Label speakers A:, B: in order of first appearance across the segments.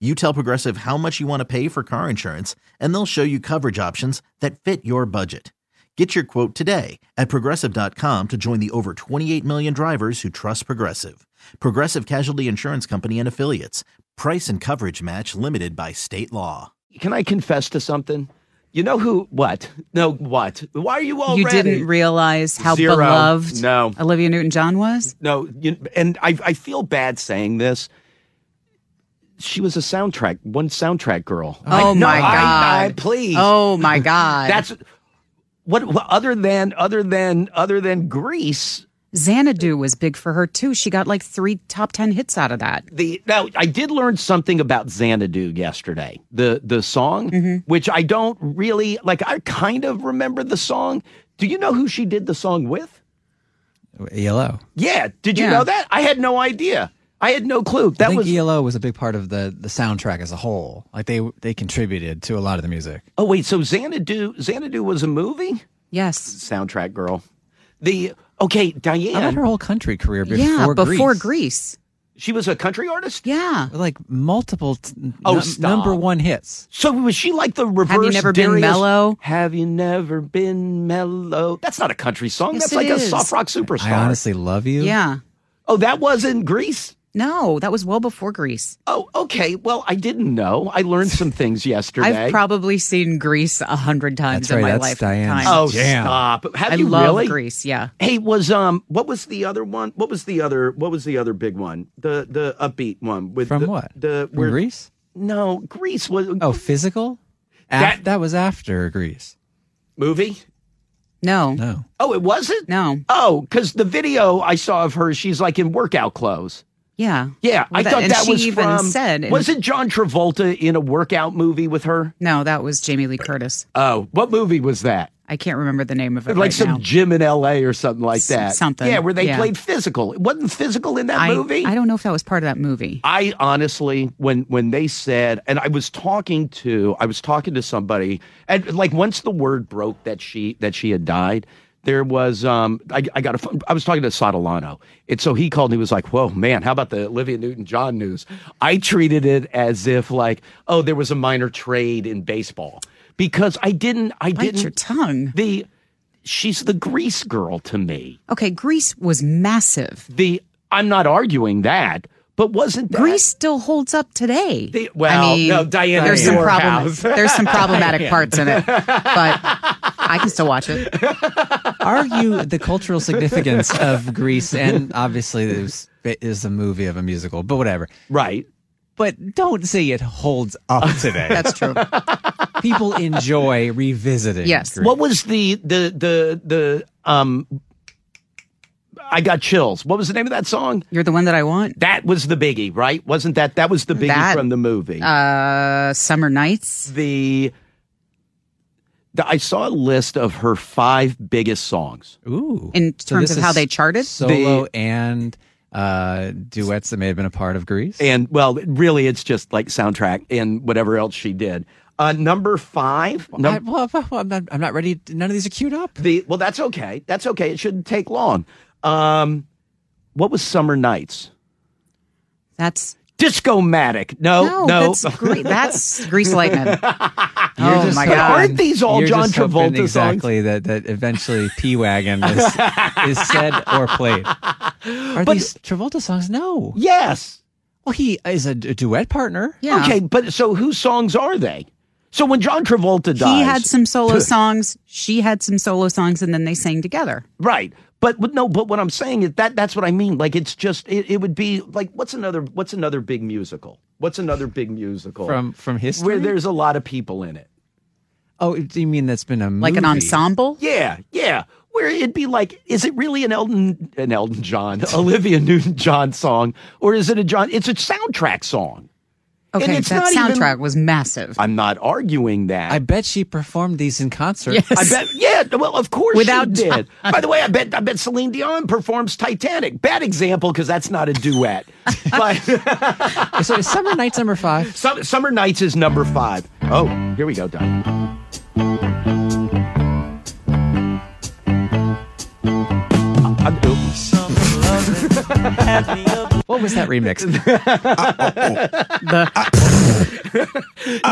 A: You tell Progressive how much you want to pay for car insurance, and they'll show you coverage options that fit your budget. Get your quote today at progressive.com to join the over 28 million drivers who trust Progressive. Progressive Casualty Insurance Company and Affiliates. Price and coverage match limited by state law.
B: Can I confess to something? You know who? What? No, what? Why are you all?
C: You didn't realize how
B: Zero.
C: beloved
B: No.
C: Olivia Newton-John was.
B: No, you, and I, I feel bad saying this. She was a soundtrack, one soundtrack girl.
C: Oh
B: I- no,
C: my
B: I- I-
C: God.
B: please.
C: Oh my God!
B: that's what, what. Other than, other than, other than Greece,
C: Xanadu was big for her too. She got like three top ten hits out of that.
B: the now I did learn something about Xanadu yesterday. The the song,
C: Mm-hmm.
B: which I don't really like. I kind of remember the song. Do you know who she did the song with?
D: ELO.
B: Yeah. Did you
C: Yeah.
B: know that? I had no idea. I had no clue.
D: I
B: That
D: think
B: was.
D: ELO was a big part of the the soundtrack as a whole. Like they they contributed to a lot of the music.
B: Oh wait, so Xanadu Xanadu was a movie
C: Yes.
B: soundtrack girl. The okay,
D: How about her
B: Diane.
D: whole country career before
C: yeah. Before
D: Grease?
C: Greece.
B: She was a country artist.
C: Yeah.
D: Like multiple t-
B: Oh,
D: num-
B: stop.
D: number one hits.
B: So was she like the reverse?
C: never been
B: Darius-
C: mellow?
B: Have you never been mellow? That's not a country song.
C: Yes,
B: That's like
C: it
B: a
C: is.
B: soft rock superstar.
D: I honestly love you.
C: Yeah.
B: oh, that was in Greece.
C: No, that was well before Greece.
B: Oh, okay. Well, I didn't know. I learned some things yesterday.
C: I've probably seen Greece a hundred times in
D: That's right,
C: my
D: that's
C: life.
D: Diane's.
B: oh,
D: Damn.
B: stop. Have
C: I
B: you
C: love
B: really?
C: Greece. Yeah.
B: Hey, was um, what was the other one? What was the other? What was the other big one? The the upbeat one with
D: From
B: the,
D: what?
B: The
D: From
B: where,
D: Greece?
B: No, Greece was
D: Oh, physical? Af-
B: That-
D: that, was after Greece.
B: movie.
C: No. No.
D: No.
B: Oh, it wasn't. Oh, because the video I saw of her, she's like in workout clothes.
C: Yeah.
B: Yeah,
C: Well,
B: I thought
C: and
B: that
C: she
B: was
C: even
B: from.
C: said.
B: was it John Travolta in a workout movie with her?
C: No, that was Jamie Lee Curtis.
B: Oh, what movie was that?
C: I can't remember the name of it.
B: Like
C: right
B: some
C: now.
B: gym in L.A. or something like
C: S-
B: that.
C: something,
B: Yeah, where they
C: yeah.
B: played physical. It wasn't physical in that
C: I,
B: movie.
C: I don't know if that was part of that movie.
B: I honestly, when when they said, and I was talking to, I was talking to somebody, and like once the word broke that she that she had died, there was, um, I, I got a, phone- I was talking to Sodolano, and so he called and he was like, "Whoa, man, how about the Olivia Newton John news?" I treated it as if like, oh, there was a minor trade in baseball because I didn't, I
C: Bite
B: didn't
C: your tongue.
B: the, she's the Grease girl to me.
C: Okay, Greece was massive.
B: The I'm not arguing that, but wasn't that,
C: Greece still holds up today.
B: The- well,
C: I mean,
B: no, Diana
C: there's some problem,
B: Storehouse.
C: there's some problematic parts in it, but I can still watch it.
D: Argue the cultural significance of Greece, and obviously it was, it is a movie of a musical, but whatever.
B: right?
D: But don't say it holds up today.
C: That's true.
D: people enjoy revisiting.
C: Yes.
D: Greece.
B: What was the the the the um I got chills. What was the name of that song?
C: You're the one that I want.
B: That was the biggie, right? Wasn't that that was the biggie
C: That-
B: from the movie?
C: Uh, Summer Nights.
B: the, the I saw a list of her five biggest songs.
D: Ooh.
C: In terms
D: this
C: of how
D: is
C: they charted?
D: solo and uh, duets that may have been a part of Greece.
B: And well, really it's just like soundtrack and whatever else she did. Uh number 5
D: I,
B: num-
D: well, well, I'm, not, I'm not ready. None of these are queued up.
B: the well that's okay. That's okay. It shouldn't take long. Um what was Summer Nights?
C: That's
B: Disco Matic. Oh, No,
C: no, that's Gre- that's Grease Lightning.
D: You're
C: oh
D: just
C: my
D: hoping-
C: god.
B: Aren't these all
D: you're
B: John
D: just hoping
B: Travolta songs?
D: Exactly that. That eventually P wagon is, is said or played. Are these Travolta songs? No.
B: Yes.
D: Well, he is a, d- duet partner.
C: Yeah.
B: Okay, but so whose songs are they? So when John Travolta dies,
C: He had some solo songs. She had some solo songs, and then they sang together.
B: Right. But, but no, but what I'm saying is that that's what I mean. Like it's just it, it would be like what's another what's another big musical? What's another big musical
D: from from history.
B: where there's a lot of people in it?
D: oh, do you mean that's been a
C: Like an
D: movie?
C: ensemble?
B: Yeah, yeah. Where it'd be like, is it really an Elton an Elton John, Olivia Newton John song, or is it a John? It's a soundtrack song. And
C: Okay,
B: it's not
C: that
B: even-
C: soundtrack was massive.
B: I'm not arguing that.
D: I bet she performed these in concert.
C: Yes.
B: I bet. Yeah. Well, of course
C: Without
B: she did. By the way, I bet. I bet Celine Dion performs Titanic. Bad example because that's not a duet. but
D: So it's Summer Nights Number Five.
B: Sum- Summer Nights is number five. Oh, here we go, Don. Uh, I'm- oops.
D: What was that remix?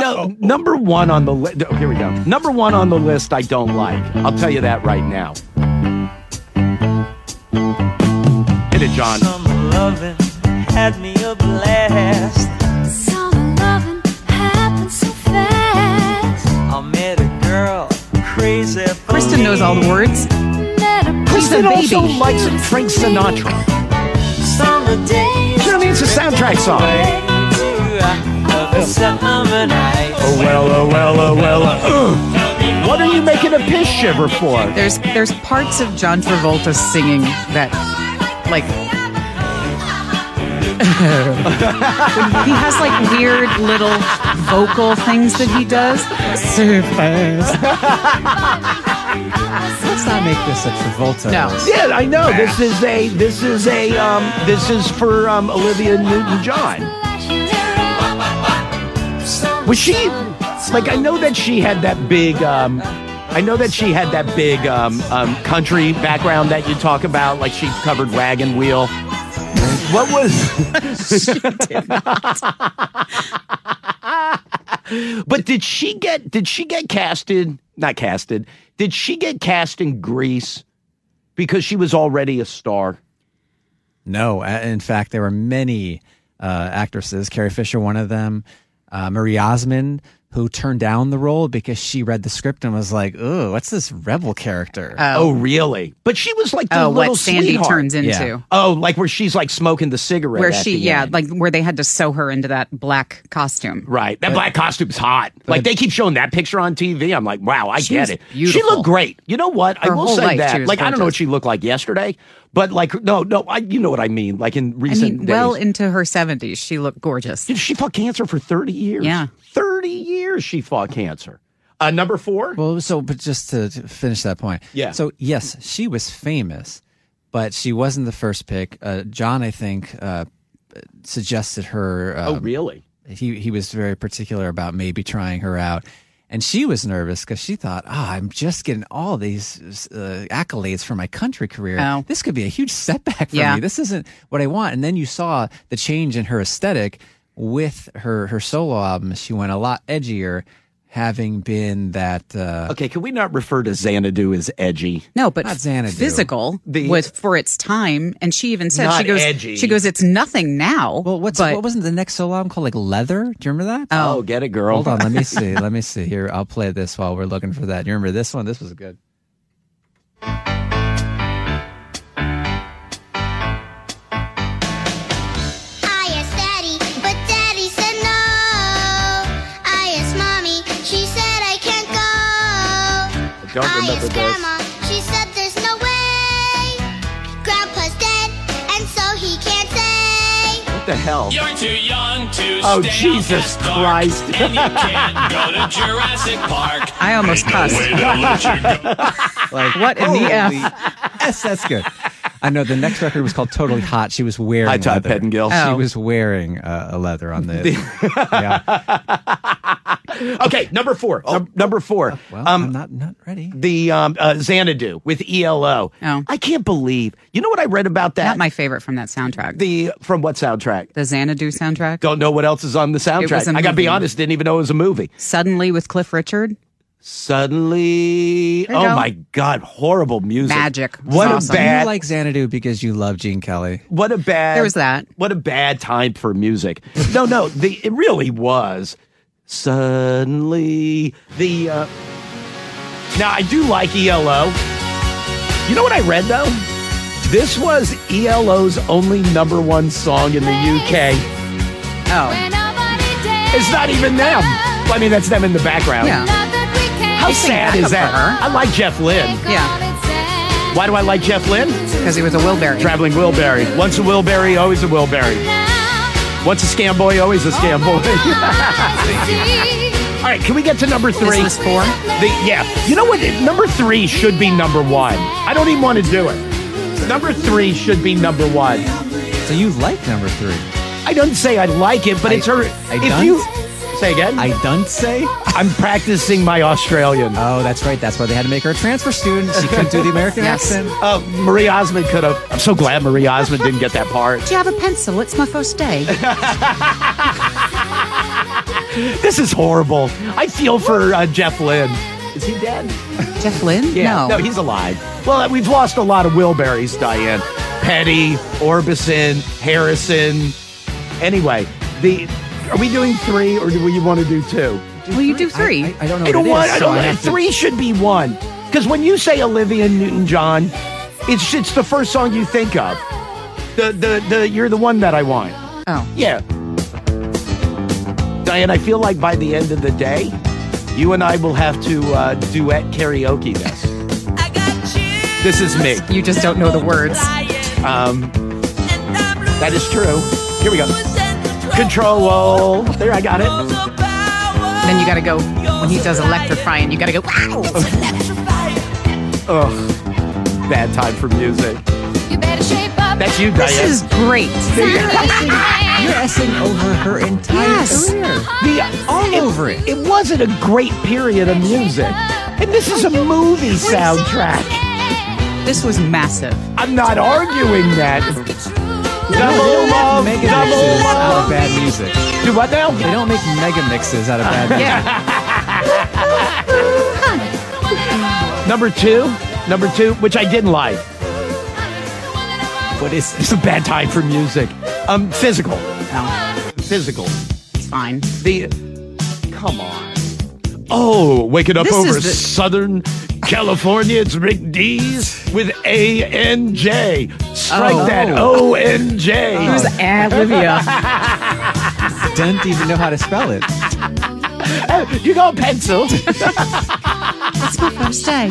B: No, number one on the list. Oh, here we go. Number one on the list. I don't like. I'll tell you that right now. Hit it, John.
E: Summer loving had me a blast.
F: Summer loving happens so fast.
E: I met a girl crazy. for
C: Kristen knows all the
E: me.
C: words.
F: Met a
B: Kristen
C: the
B: also
C: baby.
B: likes Frank Sinatra.
E: Summer days.
B: You know what I mean? It's a soundtrack song.
E: Of a summer night.
B: Oh well, oh well, oh well. oh. ugh. What are you making a piss shiver for?
C: There's there's parts of John Travolta singing that, like, he has like weird little vocal things that he does. So fast.
D: Let's not make this a Travolta.
C: No.
B: Yeah, I know. This is a this is a um this is for um Olivia Newton John. Was she like I know that she had that big um I know that she had that big um, um country background that you talk about, like she covered wagon wheel. What was But did she get did she get casted? Not casted. Did she get cast in Greece because she was already a star?
D: No, a- in fact, there were many uh, actresses. Carrie Fisher, one of them, uh, Marie Osmond, who turned down the role because she read the script and was like, "Ooh, what's this rebel character?"
B: Oh, really? But she was like the
C: Oh,
B: little
C: what Sandy
B: sweetheart.
C: turns into.
D: Yeah.
B: Oh, like where she's like smoking the cigarette.
C: Where
B: at
C: she,
B: the
C: yeah,
B: end.
C: like where they had to sew her into that black costume.
B: right. That black costume's hot. Like they keep showing that picture on TV. I'm like, wow, I
C: She
B: get
C: was
B: it. She
C: beautiful.
B: looked great. You know what? I
C: Her
B: will
C: whole
B: say
C: life, she
B: that.
C: was
B: Like I don't know what
C: gorgeous.
B: she looked like yesterday, but like no, no, I you know what I mean. Like in
C: I
B: recent
C: mean, well
B: days.
C: into her 70s, she looked gorgeous.
B: Dude, she fought cancer for 30 years.
C: Yeah.
B: 30 years she fought cancer. Uh, number four?
D: Well, so but just to, to finish that point,
B: Yeah.
D: So yes, she was famous, but she wasn't the first pick. Uh, John, I think, uh, suggested her. Um,
B: oh, really?
D: he he was very particular about maybe trying her out, and she was nervous because she thought, "Ah, I'm just getting all these uh, accolades for my country career.
C: Oh.
D: This could be a huge setback for
C: Yeah.
D: me. This isn't what I want." And then you saw the change in her aesthetic with her her solo album. She went a lot edgier, having been that. Uh,
B: Okay, can we not refer to Xanadu as edgy?
C: No, but
D: Not Xanadu.
C: physical
B: The-
C: was for its time, and she even said
B: Not
C: she goes,
B: edgy.
C: she goes, it's nothing now.
D: Well, what's
C: but
D: what wasn't the next solo album called? Like Leather? Do you remember that?
B: Oh, get it, girl.
D: Hold on, let me see. Let me see here. I'll play this while we're looking for that. You remember this one? This was good.
F: I asked Daddy, but Daddy said no. I asked Mommy, she said I can't go.
B: I don't
F: I
B: remember
F: asked
B: this.
F: Grandma, she said there's no way. Grandpa's dead, and so he can't say.
B: What the hell?
G: You're too young to
B: Oh,
G: stay
B: Jesus
G: out that dark,
B: Christ.
G: and you can't go to Jurassic Park.
C: I almost cussed.
D: Like
C: What in the F?
D: Yes, that's good. I know the next record was called Totally Hot. She was wearing
B: Hi, Todd
D: leather.
B: Pettingill.
D: She
C: Oh.
D: was wearing uh, a leather on the. yeah.
B: Okay, number four. Num- number four. Um,
D: Well, I'm not not ready.
B: the um, uh, Xanadu with ELO.
C: Oh.
B: I can't believe. You know what I read about that?
C: Not my favorite from that soundtrack. The,
B: the from what soundtrack?
C: Xanadu soundtrack.
B: Don't know what else is on the soundtrack.
C: was a
B: I gotta be
C: movie.
B: honest, didn't even know it was a movie.
C: Suddenly with Cliff Richard.
B: Suddenly,
C: you
B: oh
C: go.
B: my god, horrible music.
C: Magic.
B: What
C: It's
B: a
C: awesome.
B: bad.
D: You like Xanadu because you love Gene Kelly.
B: what a bad.
C: There was that.
B: What a bad time for music. no, no, the it really was. Suddenly, the. Uh... Now, I do like ELO. You know what I read, though? This was ELO's only number one song in the UK.
C: Oh,
B: It's not even them. Well, I mean, that's them in the background.
C: yeah.
B: How
C: I sing
B: sad
C: backup
B: is that?
C: for her.
B: I like Jeff Lynne.
F: Yeah.
B: Why do I like Jeff Lynne?
C: Because he was a Wilberry.
B: Traveling Wilbury. Once a Wilbury, always a Wilbury. Once a scam boy, always a scam boy. All right, can we get to number three?
C: This was four.
B: The, yeah. You know what? Number three should be number one. I don't even want to do it. Number three should be number one.
D: So you like number three?
B: I don't say I like it, but
D: I-
B: it's her.
D: I
B: if
D: don't?
B: you say again,
D: I don't say.
B: I'm practicing my Australian.
D: Oh, that's right. That's why they had to make her a transfer student. She couldn't do the American
C: Yes.
D: accent.
B: Uh, Marie Osmond could have. I'm so glad Marie Osmond didn't get that part.
C: Do you have a pencil? It's my first day.
B: This is horrible. I feel for uh, Jeff Lynne. Is he dead?
C: Jeff Lynn?
B: No, he's alive. Well, uh, we've lost a lot of Wilburys, Diane. Petty, Orbison, Harrison. Anyway, the are we doing three or do you want to do two?
C: Well, you do three.
D: I, I don't know.
B: I don't
D: what it
B: want.
D: is,
B: I
D: so
B: don't want.
D: have to-
B: Three should be one. Because when you say Olivia Newton-John, it's it's the first song you think of. The the the you're the one that I want.
C: oh.
B: Yeah. Diane, I feel like by the end of the day, you and I will have to uh, duet karaoke this. This is me.
C: You just don't know the words.
B: Um, that is true. Here we go. Control. There, I got it.
C: Then you gotta go, when he does electrifying, you gotta go, wow!
B: Ugh. Bad time for music.
F: You better shape up.
B: That's you, Diane.
C: This is great.
D: You're essing over her entire
C: Yes.
D: career.
B: The-
D: All over it.
B: It wasn't a great period of music. And this is a movie soundtrack.
C: This was massive.
B: I'm not arguing that. Double love,
D: Mega
B: double
D: mixes out
B: love.
D: of bad music.
B: Do what now?
D: They don't make mega mixes out of bad music.
C: Yeah.
B: Number two, number two, which I didn't like. What is this? It's a bad time for music. Um, physical,
C: No,
B: physical.
C: it's fine.
B: The come on. Oh, waking up
C: This
B: over
C: is the-
B: Southern California. It's Rick D's with A N J. Strike
C: Oh.
B: that O N J.
C: It was Olivia.
D: Didn't even know how to spell it.
B: You got a pencil.
C: It's my first day.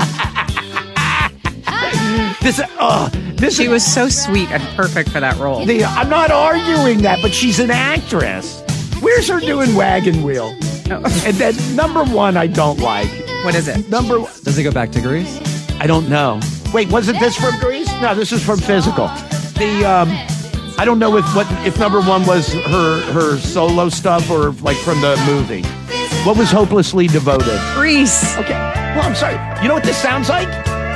B: this, uh, this
C: She was so sweet and perfect for that role.
B: The, I'm not arguing that, but she's an actress. Where's her doing wagon wheel? And then number one, I don't like.
C: Oh, What is it?
B: Number,
D: Does it go back to Greece?
B: I don't know. Wait, wasn't this from Greece? No, this is from Physical. The, um, I don't know if what if number one was her her solo stuff or like from the movie. What was hopelessly devoted?
C: Grease.
B: Okay, well I'm sorry. You know what this sounds like?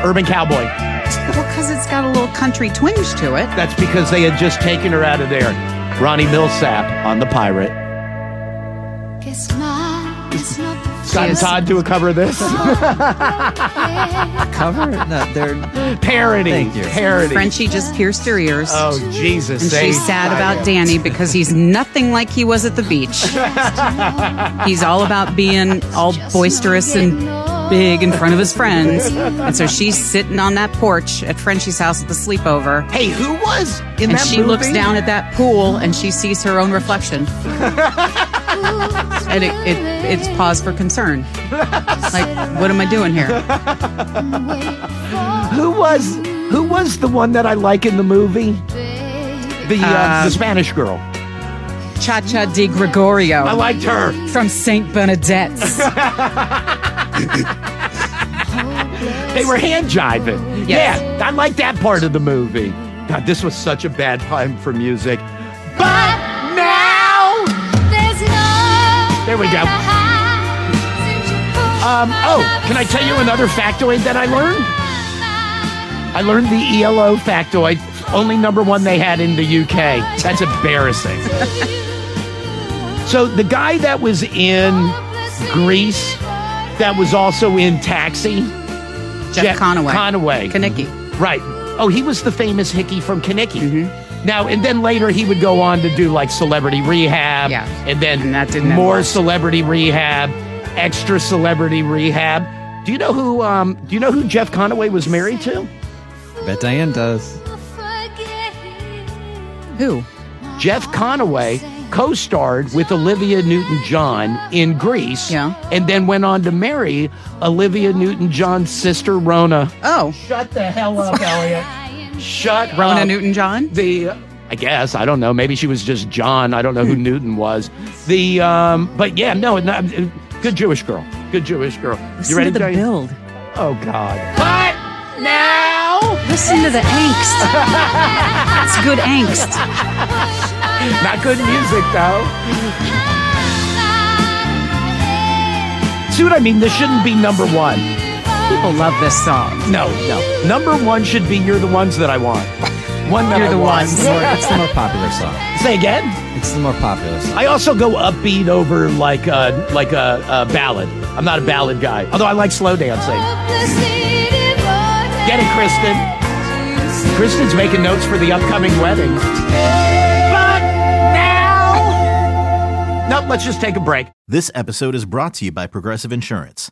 B: Urban Cowboy.
C: Well, because it's got a little country twinge to it.
B: That's because they had just taken her out of there. Ronnie Millsap on the Pirate. Scott and
C: Yes.
B: Todd do a cover of this
D: Cover? No, they're
B: parody.
D: Thank you.
B: Parody.
C: Frenchie just pierced her ears.
B: Oh Jesus!
C: And
B: they-
C: she's sad about Danny because he's nothing like he was at the beach. he's all about being all boisterous and big in front of his friends. And so she's sitting on that porch at Frenchie's house at the sleepover.
B: Hey, who was in
C: And
B: that
C: she
B: movie?
C: looks down at that pool and she sees her own reflection. and it, it it's pause for concern. Like, what am I doing here?
B: Who was who was the one that I like in the movie? The uh, the Spanish girl.
C: Cha Cha di Gregorio.
B: I liked her.
C: from St. Bernadette's.
B: They were hand jiving.
C: Yes.
B: Yeah, I like that part of the movie. God, this was such a bad time for music. But now, there we go. Um, oh, can I tell you another factoid that I learned? I learned the ELO factoid, only number one they had in the UK. That's embarrassing. so the guy that was in Greece, that was also in Taxi,
C: Jeff Conaway.
B: Conaway,
C: Konecki.
B: right? Oh, he was the famous hickey from Kinnicky.
C: Mm-hmm.
B: Now and then later he would go on to do like Celebrity Rehab,
C: Yeah.
B: and then
C: And that didn't end
B: more
C: well.
B: Celebrity Rehab, extra Celebrity Rehab. Do you know who? Um, do you know who Jeff Conaway was married to?
D: Bet Diane does.
C: Who?
B: Jeff Conaway co-starred with Olivia Newton-John in Grease,
C: Yeah.
B: and then went on to marry Olivia Newton-John's sister Rona.
C: Oh,
B: Shut the hell up, Elliot. Shut
C: Rona
B: up.
C: Newton John.
B: the uh, I guess I don't know. Maybe she was just John. I don't know who
C: Hmm.
B: Newton was. The um, but yeah, no, no, good Jewish girl, good Jewish girl. you ready?
C: to the
B: Diane?
C: build.
B: Oh God! Cut now.
C: Listen to the angst. It's good angst.
B: Not good music though. See what I mean? This shouldn't be number one.
C: People love this song.
B: No, no. Number one should be "You're the Ones That I Want." One that
C: You're
B: I
C: the
B: want.
C: ones.
D: It's the more- it's the more popular song.
B: Say again.
D: It's the more popular song.
B: I also go upbeat over like a like a, a ballad. I'm not a ballad guy, although I like slow dancing. Get it, Kristen. Kristen's making notes for the upcoming wedding. But now, nope. Let's just take a break.
A: This episode is brought to you by Progressive Insurance.